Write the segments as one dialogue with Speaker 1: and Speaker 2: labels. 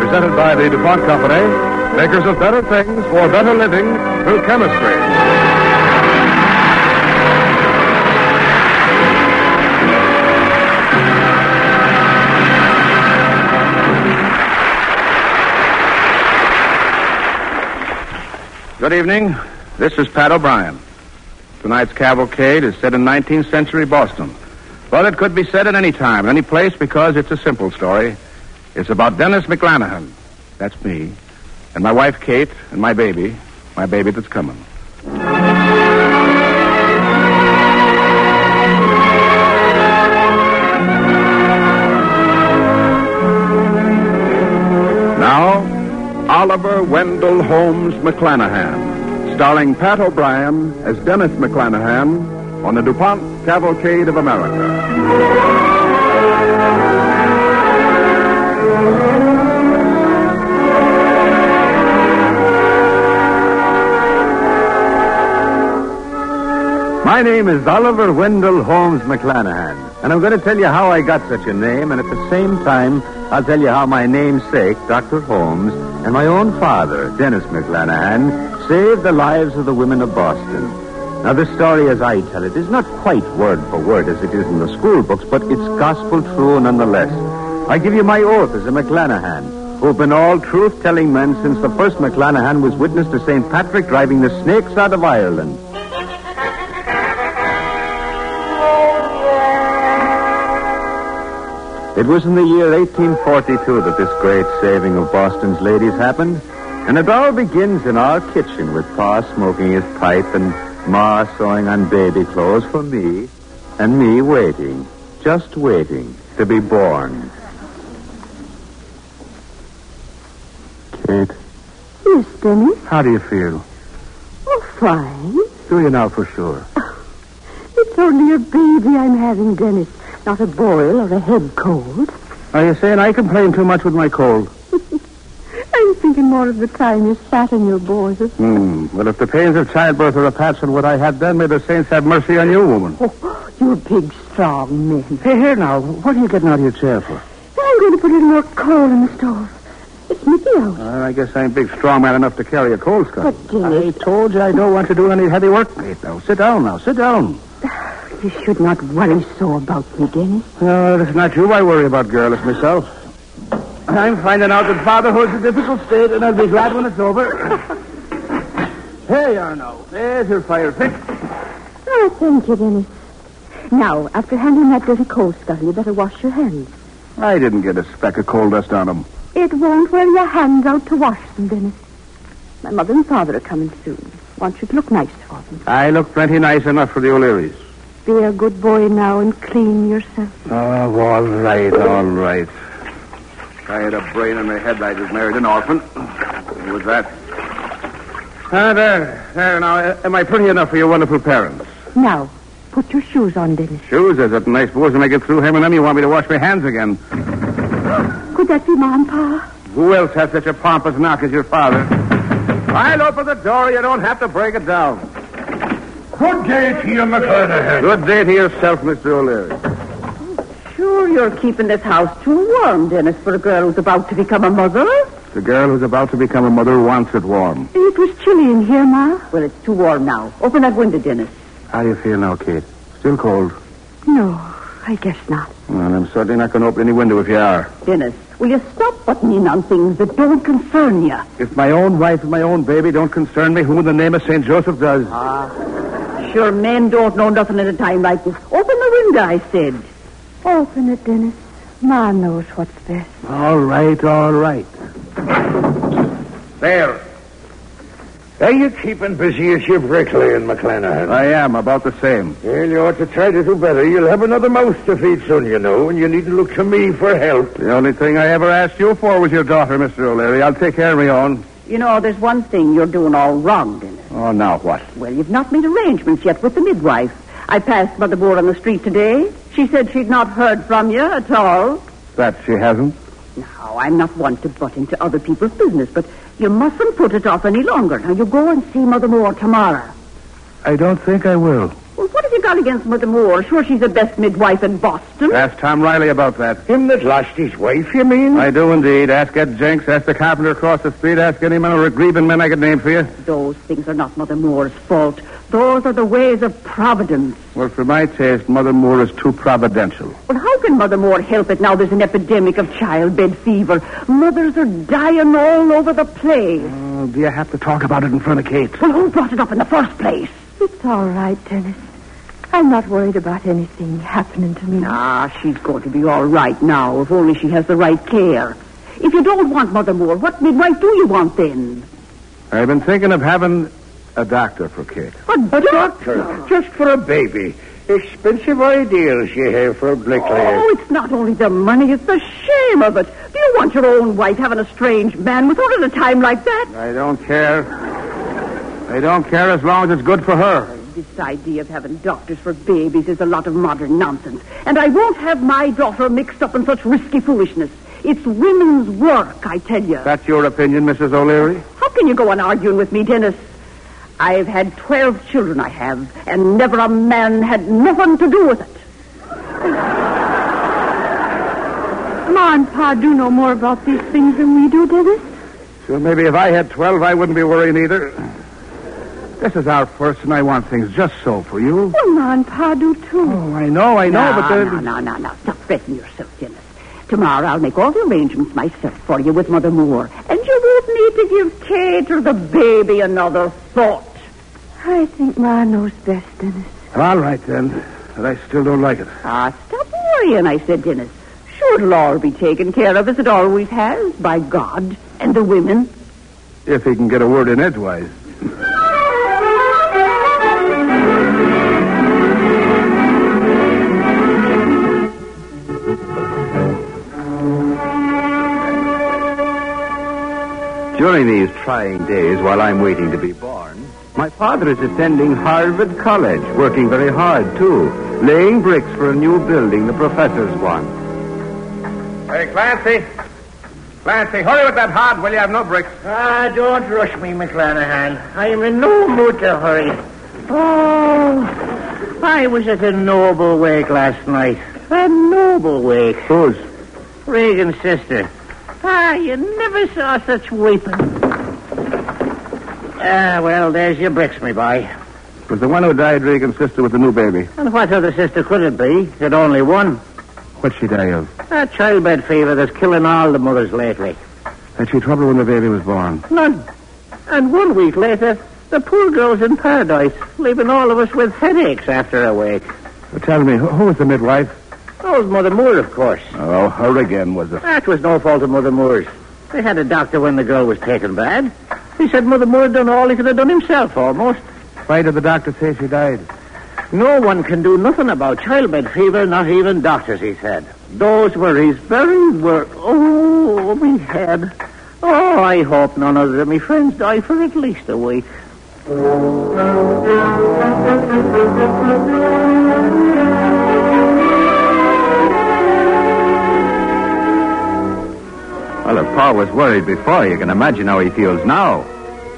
Speaker 1: presented by the DuPont Company, makers of better things for better living through chemistry. Good evening. This is Pat O'Brien. Tonight's cavalcade is set in 19th century Boston. But it could be said at any time, at any place, because it's a simple story. It's about Dennis McClanahan. That's me. And my wife, Kate, and my baby. My baby that's coming. Now, Oliver Wendell Holmes McClanahan, starring Pat O'Brien as Dennis McClanahan on the DuPont Cavalcade of America. My name is Oliver Wendell Holmes McClanahan, and I'm going to tell you how I got such a name, and at the same time, I'll tell you how my namesake, Dr. Holmes, and my own father, Dennis McClanahan, saved the lives of the women of Boston. Now, this story as I tell it is not quite word for word as it is in the school books, but it's gospel true nonetheless. I give you my oath as a McClanahan, who've been all truth-telling men since the first McClanahan was witness to St. Patrick driving the snakes out of Ireland. It was in the year 1842 that this great saving of Boston's ladies happened. And it all begins in our kitchen with Pa smoking his pipe and Ma sewing on baby clothes for me and me waiting, just waiting to be born. Kate,
Speaker 2: Yes, Dennis.
Speaker 1: how do you feel?
Speaker 2: Oh, fine.
Speaker 1: Do you now for sure?
Speaker 2: It's only a baby I'm having, Dennis. Not a boil or a head cold.
Speaker 1: Are you saying I complain too much with my cold?
Speaker 2: I'm thinking more of the time you sat in your boil.
Speaker 1: Hmm. Well, if the pains of childbirth are a patch on what I had then, may the saints have mercy on you, woman.
Speaker 2: Oh, you big, strong man.
Speaker 1: Hey, here now. What are you getting out of your chair for?
Speaker 2: I'm going to put a little more coal in the stove. It's nippy out.
Speaker 1: Well, I guess I ain't big strong man enough to carry a coal scuttle.
Speaker 2: But, Dennis-
Speaker 1: I told you I don't want to do any heavy work, Kate. Now, sit down now. Sit down.
Speaker 2: You should not worry so about me, Dennis.
Speaker 1: No, it's not you I worry about, girl. It's myself. I'm finding out that fatherhood's a difficult state, and I'll be glad when it's over. Here you are now. There's your fire pit.
Speaker 2: Oh, thank you, Dennis. Now, after handling that dirty coal scuttle, you better wash your hands.
Speaker 1: I didn't get a speck of coal dust on him.
Speaker 2: It won't wear your hands out to wash them, Dennis. My mother and father are coming soon. Want you to look nice for them.
Speaker 1: I look plenty nice enough for the O'Learys.
Speaker 2: Be a good boy now and clean yourself.
Speaker 1: Oh, all right, all right. I had a brain in my head I just married an orphan. What was that? Ah, there, there now. Am I pretty enough for your wonderful parents?
Speaker 2: Now, put your shoes on, Dennis.
Speaker 1: Shoes, is it? And I suppose when I get through him and them, you want me to wash my hands again.
Speaker 2: Could that be Ma and Pa?
Speaker 1: Who else has such a pompous knock as your father? I'll open the door. You don't have to break it down. Good day to you, McClanahan. Good day to yourself, Mr. O'Leary.
Speaker 3: Sure, you're keeping this house too warm, Dennis, for a girl who's about to become a mother.
Speaker 1: The girl who's about to become a mother wants it warm.
Speaker 2: It was chilly in here, Ma.
Speaker 3: Well, it's too warm now. Open that window, Dennis.
Speaker 1: How do you feel now, Kate? Still cold?
Speaker 2: No, I guess not.
Speaker 1: Well, I'm certainly not going to open any window if you are.
Speaker 3: Dennis, will you stop butting in on things that don't concern you?
Speaker 1: If my own wife and my own baby don't concern me, who in the name of St. Joseph does?
Speaker 3: Sure, men don't know nothing at a time like this. Open the window, I said.
Speaker 2: Open it, Dennis. Ma knows what's best.
Speaker 1: all right, all right. There.
Speaker 4: Are you keeping busy as your bricklayer, McClanahan?
Speaker 1: I am, about the same.
Speaker 4: Well, you ought to try to do better. You'll have another mouse to feed soon, you know, and you needn't look to me for help.
Speaker 1: The only thing I ever asked you for was your daughter, Mr. O'Leary. I'll take care of my own.
Speaker 3: You know, there's one thing you're doing all wrong, Dennis.
Speaker 1: Oh, now what?
Speaker 3: Well, you've not made arrangements yet with the midwife. I passed Mother Moore on the street today. She said she'd not heard from you at all.
Speaker 1: That she hasn't.
Speaker 3: Now, I'm not one to butt into other people's business, but you mustn't put it off any longer. Now, you go and see Mother Moore tomorrow.
Speaker 1: I don't think I will.
Speaker 3: Well, what have you got against Mother Moore? Sure, she's the best midwife in Boston.
Speaker 1: Ask Tom Riley about that.
Speaker 4: Him that lost his wife, you mean?
Speaker 1: I do indeed. Ask Ed Jenks. Ask the carpenter across the street. Ask any man or a grieving man I could name for you.
Speaker 3: Those things are not Mother Moore's fault. Those are the ways of Providence.
Speaker 1: Well, for my taste, Mother Moore is too providential.
Speaker 3: Well, how can Mother Moore help it now there's an epidemic of childbed fever? Mothers are dying all over the place.
Speaker 1: Oh, do you have to talk about it in front of Kate?
Speaker 3: Well, who brought it up in the first place?
Speaker 2: It's all right, Dennis. I'm not worried about anything happening to me.
Speaker 3: Ah, she's going to be all right now, if only she has the right care. If you don't want Mother Moore, what midwife do you want then?
Speaker 1: I've been thinking of having a doctor for Kate.
Speaker 3: What
Speaker 4: A doctor, just for a baby. Expensive ideas you have for a bricklayer.
Speaker 3: Oh, it's not only the money, it's the shame of it. Do you want your own wife having a strange man with her at a time like that?
Speaker 1: I don't care. I don't care as long as it's good for her.
Speaker 3: This idea of having doctors for babies is a lot of modern nonsense. And I won't have my daughter mixed up in such risky foolishness. It's women's work, I tell you.
Speaker 1: That's your opinion, Mrs. O'Leary?
Speaker 3: How can you go on arguing with me, Dennis? I've had twelve children, I have, and never a man had nothing to do with it.
Speaker 2: Ma and Pa do know more about these things than we do, Dennis.
Speaker 1: Sure, maybe if I had 12, I wouldn't be worrying either. This is our first, and I want things just so for you.
Speaker 2: Well, Ma and Pa do too.
Speaker 1: Oh, I know, I know,
Speaker 3: no,
Speaker 1: but then.
Speaker 3: no, no, no, no. Stop fretting yourself, Dennis. Tomorrow I'll make all the arrangements myself for you with Mother Moore, and you won't need to give Kate or the baby another thought.
Speaker 2: I think Ma knows best, Dennis.
Speaker 1: All right, then. But I still don't like it.
Speaker 3: Ah, stop worrying, I said, Dennis. Sure, it'll all be taken care of as it always has by God and the women.
Speaker 1: If he can get a word in edgewise.
Speaker 5: During these trying days while I'm waiting to be born, my father is attending Harvard College, working very hard, too, laying bricks for a new building the professors want.
Speaker 1: Hey, Clancy. Clancy, hurry with that hard, will you? have no bricks.
Speaker 4: Ah, don't rush me, McClanahan. I am in no mood to hurry. Oh, I was at a noble wake last night. A noble wake.
Speaker 1: Who's?
Speaker 4: Regan's sister. Ah, you never saw such weeping. Ah, well, there's your bricks, me boy.
Speaker 1: Was the one who died Regan's sister with the new baby.
Speaker 4: And what other sister could it be? It only one.
Speaker 1: What'd she die of?
Speaker 4: That childbed fever that's killing all the mothers lately.
Speaker 1: Had she trouble when the baby was born?
Speaker 4: None. And one week later, the poor girl's in paradise, leaving all of us with headaches after a week.
Speaker 1: Tell me, who, who was the midwife?
Speaker 4: Old Mother Moore, of course.
Speaker 1: Oh, her again, was it?
Speaker 4: That was no fault of Mother Moore's. They had a doctor when the girl was taken bad. He said Mother Moore had done all he could have done himself, almost.
Speaker 1: Why did the doctor say she died?
Speaker 4: No one can do nothing about childbed fever, not even doctors, he said. Those were his very words. Oh, me head. Oh, I hope none of them, me friends die for at least a week.
Speaker 5: Well, if Pa was worried before, you can imagine how he feels now.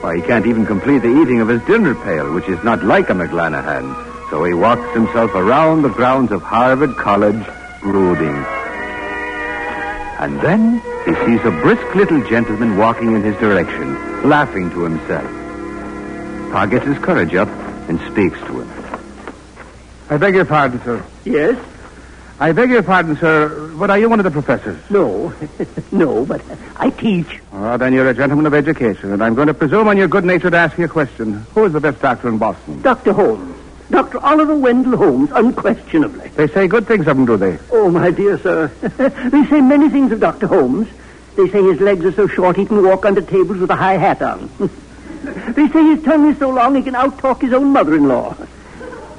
Speaker 5: Why, he can't even complete the eating of his dinner pail, which is not like a McClanahan. So he walks himself around the grounds of Harvard College, brooding. And then he sees a brisk little gentleman walking in his direction, laughing to himself. Pa gets his courage up and speaks to him.
Speaker 1: I beg your pardon, sir.
Speaker 4: Yes?
Speaker 1: I beg your pardon, sir, but are you one of the professors?
Speaker 4: No. no, but I teach.
Speaker 1: Oh, then you're a gentleman of education, and I'm going to presume on your good nature to ask you a question. Who is the best doctor in Boston?
Speaker 4: Dr. Holmes. Dr. Oliver Wendell Holmes, unquestionably.
Speaker 1: They say good things of him, do they?
Speaker 4: Oh, my dear sir. they say many things of Dr. Holmes. They say his legs are so short he can walk under tables with a high hat on.
Speaker 3: They say his tongue is so long he can outtalk his own mother-in-law.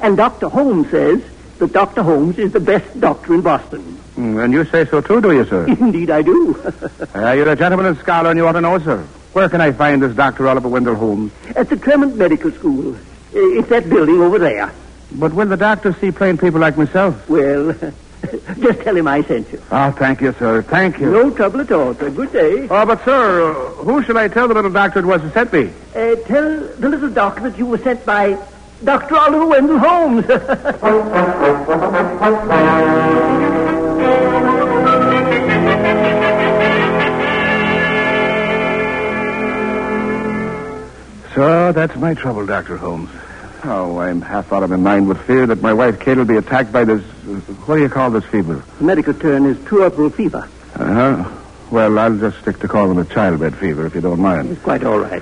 Speaker 3: And Dr. Holmes says that Dr. Holmes is the best doctor in Boston.
Speaker 1: Mm, And you say so too, do you, sir?
Speaker 3: Indeed, I do.
Speaker 1: Uh, you're a gentleman and scholar, and you ought to know, sir. Where can I find this Dr. Oliver Wendell Holmes?
Speaker 3: At the Tremont Medical School. Uh, It's that building over there.
Speaker 1: But will the doctor see plain people like myself?
Speaker 3: Well, just tell him I sent you.
Speaker 1: Oh, thank you, sir. Thank you.
Speaker 3: No trouble at all, sir. Good day.
Speaker 1: Oh, but, sir, uh, who shall I tell the little doctor it was who sent me?
Speaker 3: Uh, tell the little doctor that you were sent by Dr. Oliver Wendell Holmes.
Speaker 1: So that's my trouble, Dr. Holmes. Oh, I'm half out of my mind with fear that my wife Kate will be attacked by this. uh, What do you call this fever?
Speaker 3: the medical term is puerperal fever.
Speaker 1: Uh huh. Well, I'll just stick to calling it childbed fever, if you don't mind.
Speaker 3: It's quite all right.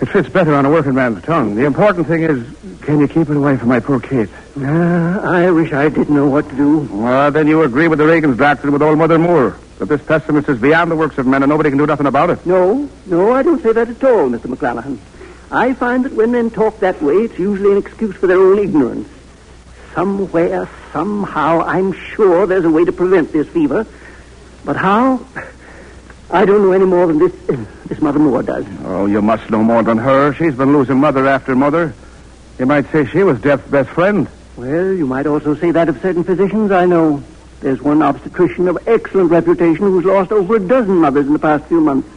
Speaker 1: It fits better on a working man's tongue. The important thing is, can you keep it away from my poor Kate?
Speaker 3: Ah, I wish I did know what to do.
Speaker 1: Well, Ah, then you agree with the Reagan's doctor and with old Mother Moore that this pestilence is beyond the works of men and nobody can do nothing about it.
Speaker 3: No, no, I don't say that at all, Mr. McClanahan. I find that when men talk that way, it's usually an excuse for their own ignorance. Somewhere, somehow, I'm sure there's a way to prevent this fever. But how? I don't know any more than this, this Mother Moore does.
Speaker 1: Oh, you must know more than her. She's been losing mother after mother. You might say she was death's best friend.
Speaker 3: Well, you might also say that of certain physicians I know. There's one obstetrician of excellent reputation who's lost over a dozen mothers in the past few months.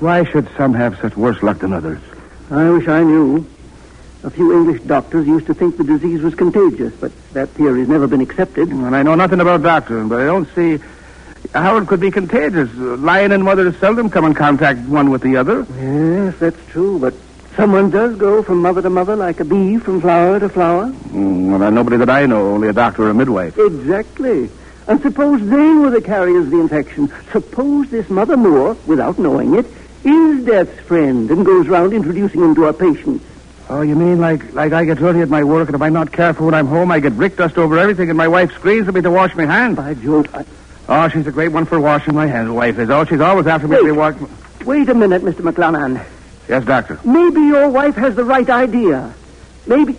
Speaker 1: Why should some have such worse luck than others?
Speaker 3: I wish I knew. A few English doctors used to think the disease was contagious, but that theory's never been accepted.
Speaker 1: And I know nothing about doctoring, but I don't see how it could be contagious. Uh, Lion and mother seldom come in contact one with the other.
Speaker 3: Yes, that's true, but someone does go from mother to mother like a bee from flower to flower.
Speaker 1: Mm, well, uh, nobody that I know, only a doctor or a midwife.
Speaker 3: Exactly. And suppose they were the carriers of the infection. Suppose this Mother Moore, without knowing it, is Death's friend and goes round introducing him to our patients.
Speaker 1: Oh, you mean like like I get dirty at my work, and if I'm not careful when I'm home, I get brick dust over everything, and my wife screams at me to wash my hands.
Speaker 3: By Jove, I...
Speaker 1: Oh, she's a great one for washing my hands, wife is. Oh, she's always after me
Speaker 3: Wait.
Speaker 1: to wash. my-
Speaker 3: Wait a minute, Mr. McClanahan.
Speaker 1: Yes, doctor.
Speaker 3: Maybe your wife has the right idea. Maybe...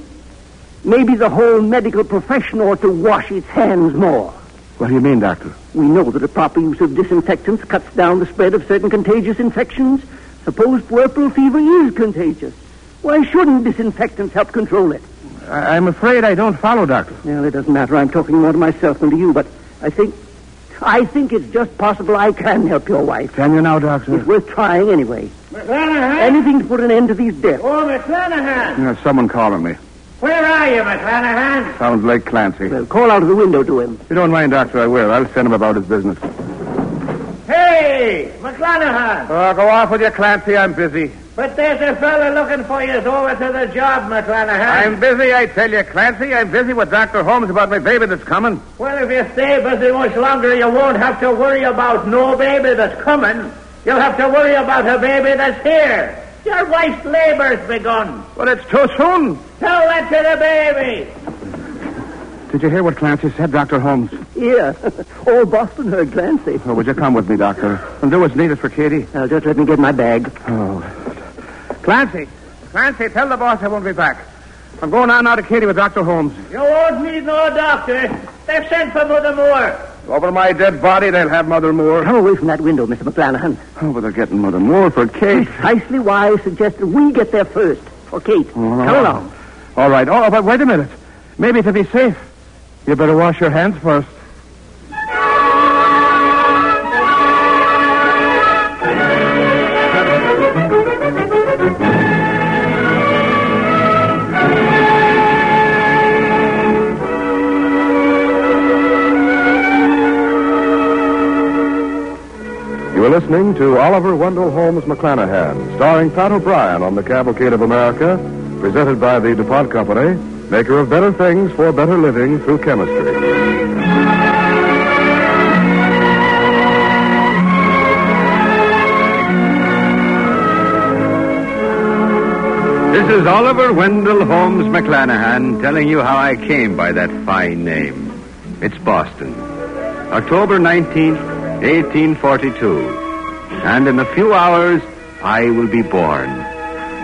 Speaker 3: Maybe the whole medical profession ought to wash its hands more.
Speaker 1: What do you mean, doctor?
Speaker 3: We know that a proper use of disinfectants cuts down the spread of certain contagious infections. Suppose puerperal fever is contagious. Why shouldn't disinfectants help control it?
Speaker 1: I- I'm afraid I don't follow, doctor.
Speaker 3: Well, it doesn't matter. I'm talking more to myself than to you, but I think. I think it's just possible I can help your wife.
Speaker 1: Can you now, doctor?
Speaker 3: It's worth trying anyway.
Speaker 4: Oh, McClanahan!
Speaker 3: Anything to put an end to these deaths.
Speaker 4: Oh, McClanahan!
Speaker 1: Yeah, someone calling me.
Speaker 4: Where are you, McClanahan?
Speaker 1: Sounds like Clancy.
Speaker 3: Well, call out of the window to him.
Speaker 1: If you don't mind, Doctor, I will. I'll send him about his business.
Speaker 4: Hey, McClanahan!
Speaker 1: Oh, go off with you, Clancy. I'm busy.
Speaker 4: But there's a fella looking for you over to the job, McClanahan.
Speaker 1: I'm busy, I tell you, Clancy. I'm busy with Dr. Holmes about my baby that's coming.
Speaker 4: Well, if you stay busy much longer, you won't have to worry about no baby that's coming. You'll have to worry about a baby that's here. Your wife's labor's begun.
Speaker 1: But it's too soon.
Speaker 4: Tell that to the baby.
Speaker 1: Did you hear what Clancy said, Dr. Holmes?
Speaker 3: Here. All Boston heard Clancy.
Speaker 1: Oh, would you come with me, Doctor? And do what's needed for Katie.
Speaker 3: Now, just let me get my bag.
Speaker 1: Oh. Clancy. Clancy, tell the boss I won't be back. I'm going on now to Katie with Dr. Holmes.
Speaker 4: You won't need no doctor. They've sent for Mother Moore.
Speaker 1: Over my dead body, they'll have Mother Moore.
Speaker 3: Come away from that window, Mr. McClanahan.
Speaker 1: Oh, but they're getting Mother Moore for Kate.
Speaker 3: Precisely why I suggested we get there first. For Kate. Come along.
Speaker 1: All right. Oh, but wait a minute. Maybe to be safe, you better wash your hands first.
Speaker 6: You are listening to Oliver Wendell Holmes McClanahan, starring Pat O'Brien on The Cavalcade of America, presented by the DuPont Company, maker of better things for better living through chemistry.
Speaker 1: This is Oliver Wendell Holmes McClanahan telling you how I came by that fine name. It's Boston, October 19th, 1842. And in a few hours, I will be born.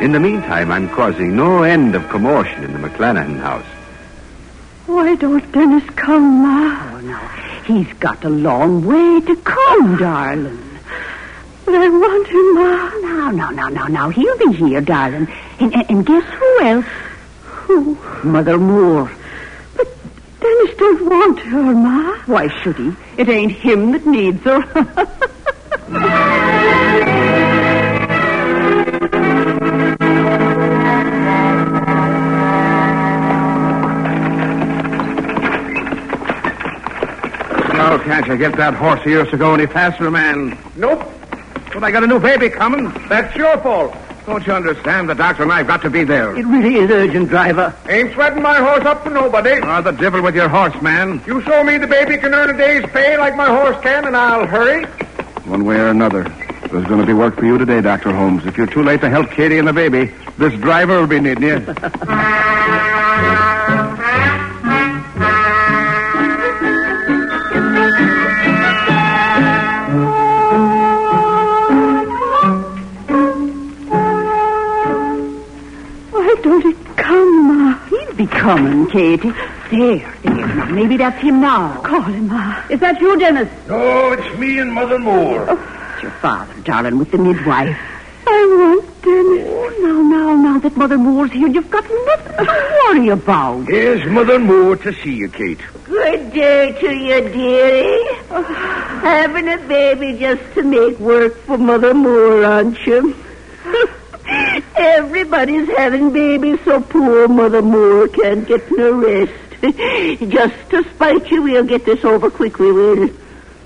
Speaker 1: In the meantime, I'm causing no end of commotion in the McClanahan house.
Speaker 2: Why don't Dennis come, Ma?
Speaker 3: Oh, no. He's got a long way to come, darling.
Speaker 2: But I want him, Ma.
Speaker 3: Now, now, now, now, now. He'll be here, darling. And, and, and guess who else?
Speaker 2: Who?
Speaker 3: Mother Moore.
Speaker 2: But Dennis don't want her, Ma.
Speaker 3: Why should he? It ain't him that needs her.
Speaker 1: Now, can't you get that horse of yours to go any faster, man?
Speaker 7: Nope. But I got a new baby coming. That's your fault.
Speaker 1: Don't you understand? The doctor and I have got to be there.
Speaker 7: It really is urgent, driver.
Speaker 4: Ain't sweating my horse up for nobody.
Speaker 1: Ah, the devil with your horse, man.
Speaker 4: You show me the baby can earn a day's pay like my horse can, and I'll hurry.
Speaker 1: One way or another, there's going to be work for you today, Dr. Holmes. If you're too late to help Katie and the baby, this driver will be needing you.
Speaker 2: Why don't he come, Ma?
Speaker 3: He'll be coming, Katie. There, there. Now, maybe that's him now.
Speaker 2: Call him, Ma.
Speaker 3: Is that you, Dennis?
Speaker 4: No, it's me and Mother Moore.
Speaker 3: It's your father, darling, with the midwife.
Speaker 2: I want Dennis.
Speaker 3: Oh, now, now, now that Mother Moore's here, you've got nothing to worry about.
Speaker 4: Here's Mother Moore to see you, Kate.
Speaker 8: Good day to you, dearie. Having a baby just to make work for Mother Moore, aren't you? Everybody's having babies, so poor Mother Moore can't get no rest. just to spite you, we'll get this over quick, we will.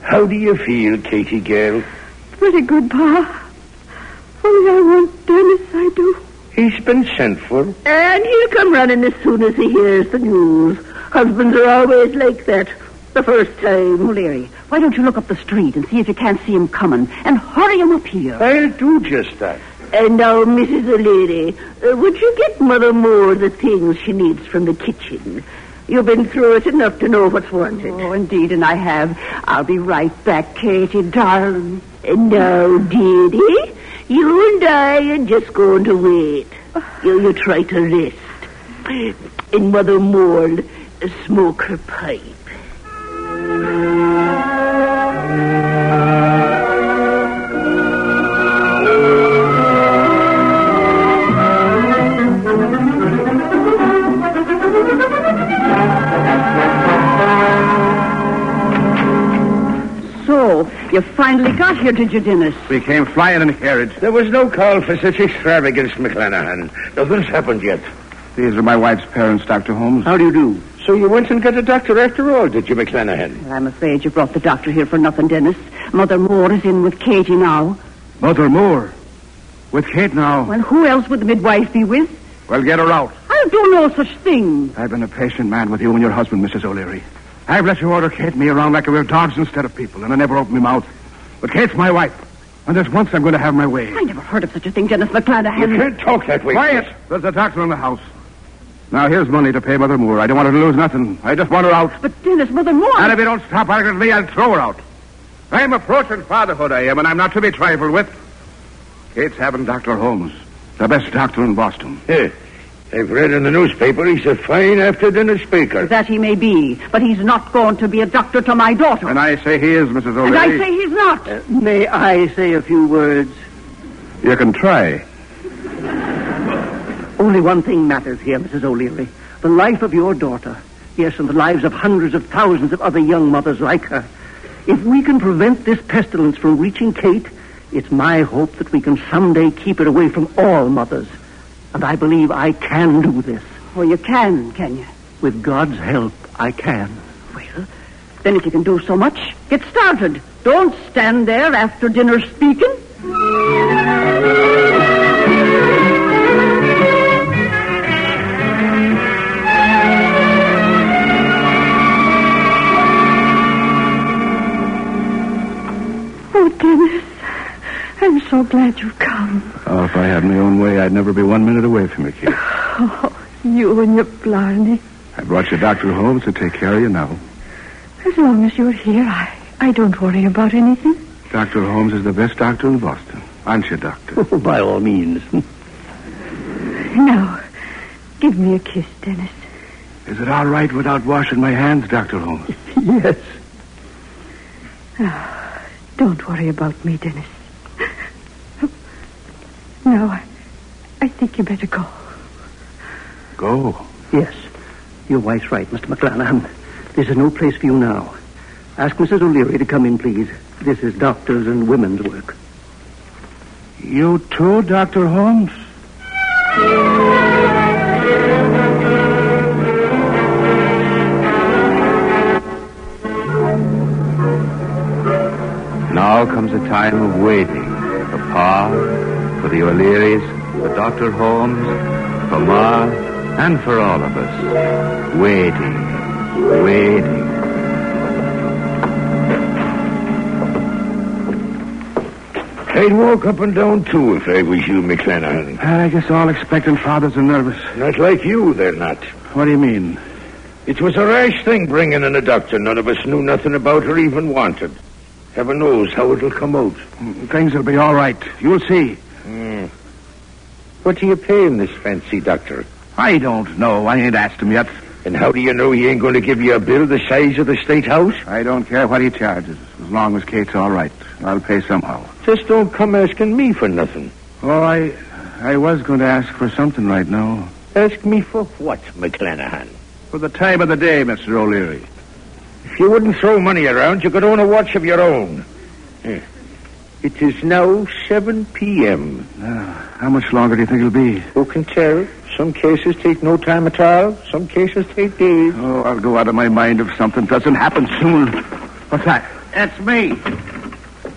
Speaker 4: How do you feel, Katie girl?
Speaker 2: Pretty good, Pa. Only I want Dennis, I do.
Speaker 4: He's been sent for.
Speaker 8: And he'll come running as soon as he hears the news. Husbands are always like that. The first time.
Speaker 3: O'Leary, why don't you look up the street and see if you can't see him coming? And hurry him up here.
Speaker 4: I'll do just that.
Speaker 8: And now, Mrs. O'Leary, uh, would you get Mother Moore the things she needs from the kitchen? You've been through it enough to know what's wanted.
Speaker 3: Oh, indeed, and I have. I'll be right back, Katie, darling.
Speaker 8: And now, dearie, you and I are just going to wait. You, you try to rest. And Mother Moore smoke her pipe.
Speaker 3: So, you finally got here, did you, Dennis?
Speaker 1: we came flying in a carriage.
Speaker 4: There was no call for such extravagance, McClanahan. Nothing's happened yet.
Speaker 1: These are my wife's parents, Dr. Holmes.
Speaker 7: How do you do?
Speaker 4: So you went and got a doctor after all, did you, McClanahan?
Speaker 3: Well, I'm afraid you brought the doctor here for nothing, Dennis. Mother Moore is in with Katie now.
Speaker 1: Mother Moore. With Kate now.
Speaker 3: Well, who else would the midwife be with?
Speaker 1: Well, get her out.
Speaker 3: I'll do no such thing.
Speaker 1: I've been a patient man with you and your husband, Mrs. O'Leary. I've let you order Kate and me around like we were dogs instead of people, and I never opened my mouth. But Kate's my wife, and there's once I'm going to have my way.
Speaker 3: I never heard of such a thing, Dennis McClanahan.
Speaker 4: You can't talk that way.
Speaker 1: Quiet! There's a doctor in the house. Now, here's money to pay Mother Moore. I don't want her to lose nothing. I just want her out.
Speaker 3: But, Dennis, Mother Moore.
Speaker 1: And if you don't stop arguing with me, I'll throw her out. I'm approaching fatherhood, I am, and I'm not to be trifled with. Kate's having Dr. Holmes, the best doctor in Boston.
Speaker 4: Yeah. I've read in the newspaper he's a fine after dinner speaker.
Speaker 3: That he may be, but he's not going to be a doctor to my daughter.
Speaker 1: And I say he is, Mrs. O'Leary.
Speaker 3: And I say he's not.
Speaker 7: Uh, May I say a few words?
Speaker 1: You can try.
Speaker 7: Only one thing matters here, Mrs. O'Leary. The life of your daughter. Yes, and the lives of hundreds of thousands of other young mothers like her. If we can prevent this pestilence from reaching Kate, it's my hope that we can someday keep it away from all mothers. And I believe I can do this.
Speaker 3: Well, Oh, you can, can you?
Speaker 7: With God's help, I can.
Speaker 3: Well, then if you can do so much, get started. Don't stand there after dinner speaking.
Speaker 2: Oh, Dennis, I'm so glad you've come.
Speaker 1: Oh, if I had my own way, I'd never be one minute away from you, Kate.
Speaker 2: You and your blarney.
Speaker 1: I brought you Dr. Holmes to take care of you now.
Speaker 2: As long as you're here, I, I don't worry about anything.
Speaker 1: Dr. Holmes is the best doctor in Boston. Aren't you, Doctor?
Speaker 7: By all means.
Speaker 2: No. Give me a kiss, Dennis.
Speaker 1: Is it all right without washing my hands, Dr. Holmes?
Speaker 3: Yes.
Speaker 2: Don't worry about me, Dennis. No, I, I think you better go.
Speaker 1: Go.
Speaker 3: Yes. Your wife's right, Mr. McClanahan. There's no place for you now. Ask Mrs. O'Leary to come in, please. This is doctors' and women's work.
Speaker 1: You too, Dr. Holmes? Now comes a time of waiting for Pa, for the O'Learys, for Dr. Holmes, for Ma, and for all of us. Waiting, waiting.
Speaker 4: I'd walk up and down too if I was you, McClanahan.
Speaker 1: Uh, I guess all expectant fathers are nervous.
Speaker 4: Not like you, they're not.
Speaker 1: What do you mean?
Speaker 4: It was a rash thing bringing in a doctor none of us knew nothing about or even wanted. Heaven knows how it'll come out.
Speaker 1: Things will be all right. You'll see.
Speaker 4: What are you paying this fancy doctor?
Speaker 1: I don't know. I ain't asked him yet.
Speaker 4: And how do you know he ain't going to give you a bill the size of the State House?
Speaker 1: I don't care what he charges, as long as Kate's all right. I'll pay somehow.
Speaker 4: Just don't come asking me for nothing.
Speaker 1: Oh, I, I was going to ask for something right now.
Speaker 4: Ask me for what, McClanahan?
Speaker 1: For the time of the day, Mr. O'Leary.
Speaker 4: If you wouldn't throw money around, you could own a watch of your own. Eh. It is now 7 p.m.
Speaker 1: How much longer do you think it'll be?
Speaker 4: Who can tell? Some cases take no time at all. Some cases take days.
Speaker 1: Oh, I'll go out of my mind if something doesn't happen soon. What's that?
Speaker 3: That's me.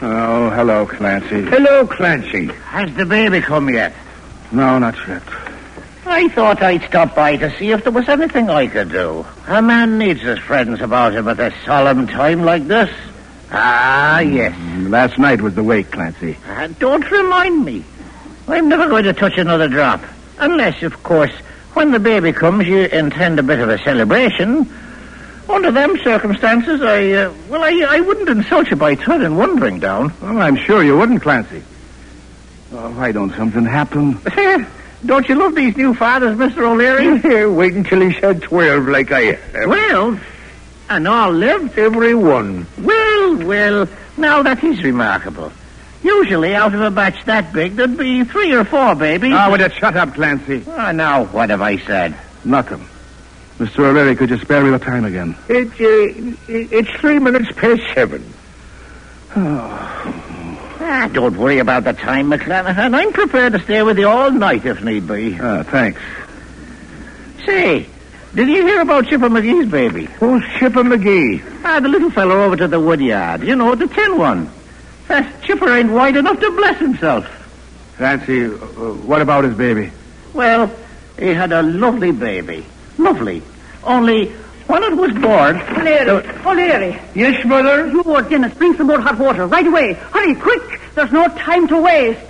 Speaker 1: Oh, hello, Clancy.
Speaker 4: Hello, Clancy.
Speaker 3: Has the baby come yet?
Speaker 1: No, not yet.
Speaker 3: I thought I'd stop by to see if there was anything I could do. A man needs his friends about him at a solemn time like this. Ah, yes.
Speaker 1: Last night was the wake, Clancy.
Speaker 3: Uh, don't remind me. I'm never going to touch another drop. Unless, of course, when the baby comes, you intend a bit of a celebration. Under them circumstances, I, uh, well, I, I wouldn't insult you by turning one drink down.
Speaker 1: Well, I'm sure you wouldn't, Clancy. Oh, why don't something happen?
Speaker 3: don't you love these new fathers, Mr. O'Leary?
Speaker 4: Wait until he's had 12 like I
Speaker 1: Eh?
Speaker 4: have.
Speaker 3: well, and all lived.
Speaker 4: Every one.
Speaker 3: Well, well, now that is remarkable. Usually, out of a batch that big, there'd be three or four babies.
Speaker 1: Oh, would you shut up, Clancy?
Speaker 3: Ah, now, what have I said?
Speaker 1: Nothing. Mr. O'Leary, could you spare me the time again?
Speaker 4: It, uh, it's three minutes past seven.
Speaker 3: Ah, don't worry about the time, McClanahan. I'm prepared to stay with you all night if need be.
Speaker 1: Ah, thanks.
Speaker 3: Say, did you hear about Chipper McGee's baby?
Speaker 4: Who's Chipper McGee?
Speaker 3: Ah, the little fellow over to the wood yard. You know, the tin one. That Chipper ain't wide enough to bless himself.
Speaker 1: Clancy, uh, what about his baby?
Speaker 3: Well, he had a lovely baby. Lovely. Only, when it was born...
Speaker 9: O'Leary, O'Leary,
Speaker 4: Yes, Mother?
Speaker 9: you or Dennis, bring some more hot water right away. Hurry, quick. There's no time to waste.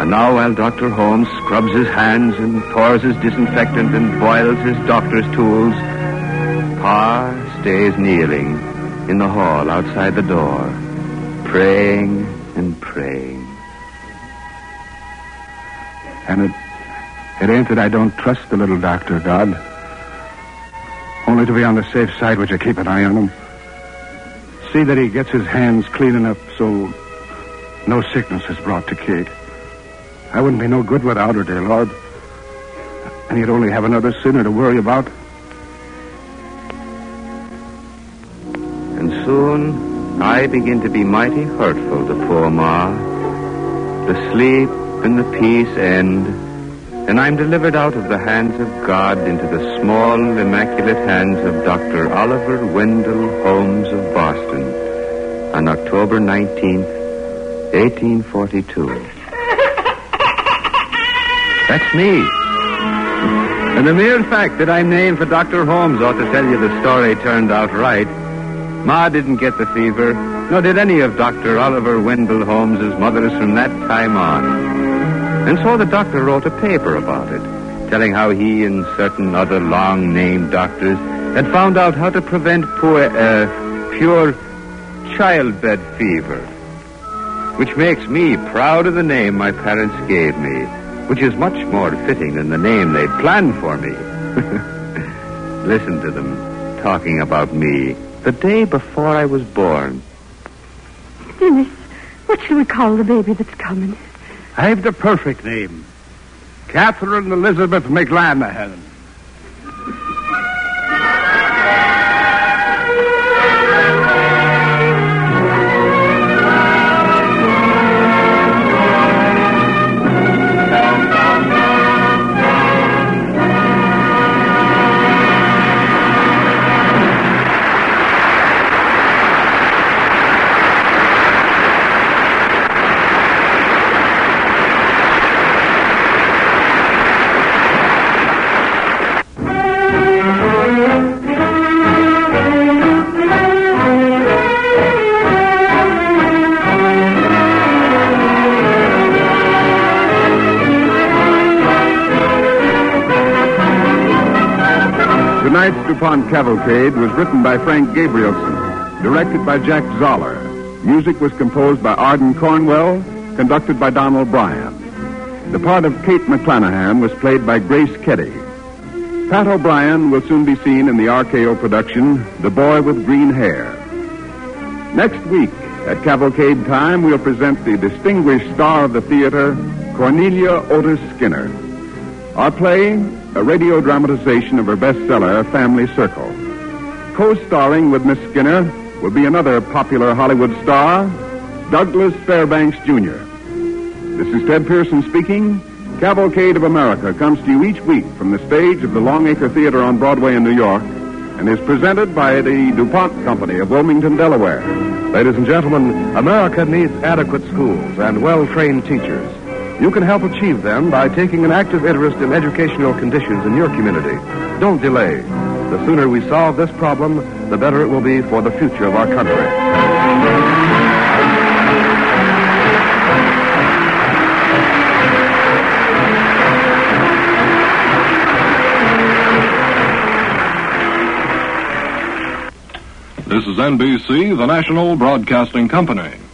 Speaker 1: And now, while Dr. Holmes scrubs his hands and pours his disinfectant and boils his doctor's tools, Pa stays kneeling in the hall outside the door, praying and praying. And it, it ain't that I don't trust the little doctor, God. Only to be on the safe side, would you keep an eye on him? See that he gets his hands clean enough so no sickness is brought to Kate. I wouldn't be no good without her, dear Lord. And you'd only have another sinner to worry about.
Speaker 10: And soon I begin to be mighty hurtful to poor Ma. The sleep and the peace end, and I'm delivered out of the hands of God into the small, immaculate hands of Dr. Oliver Wendell Holmes of Boston on October 19th, 1842. That's me.
Speaker 1: And the mere fact that I'm named for Dr. Holmes ought to tell you the story turned out right. Ma didn't get the fever, nor did any of Dr. Oliver Wendell Holmes's mothers from that time on. And so the doctor wrote a paper about it, telling how he and certain other long-named doctors
Speaker 4: and found out how to prevent poor, uh, pure childbed fever. Which makes me proud of the name my parents gave me, which is much more fitting than the name they planned for me. Listen to them talking about me the day before I was born.
Speaker 2: Dennis, what shall we call the baby that's coming?
Speaker 11: I've the perfect name. Catherine Elizabeth McLanahan.
Speaker 4: Tonight's DuPont Cavalcade was written by Frank Gabrielson, directed by Jack Zoller. Music was composed by Arden Cornwell, conducted by Donald Bryan. The part of Kate McClanahan was played by Grace Keddy. Pat O'Brien will soon be seen in the RKO production, The Boy with Green Hair. Next week, at Cavalcade time, we'll present the distinguished star of the theater, Cornelia Otis Skinner. Our play, a radio dramatization of her bestseller, Family Circle. Co starring with Miss Skinner will be another popular Hollywood star, Douglas Fairbanks Jr. This is Ted Pearson speaking. Cavalcade of America comes to you each week from the stage of the Longacre Theater on Broadway in New York and is presented by the DuPont Company of Wilmington, Delaware.
Speaker 1: Ladies and gentlemen, America needs adequate schools and well trained teachers. You can help achieve them by taking an active interest in educational conditions in your community. Don't delay. The sooner we solve this problem, the better it will be for the future of our country.
Speaker 12: This is NBC, the national broadcasting company.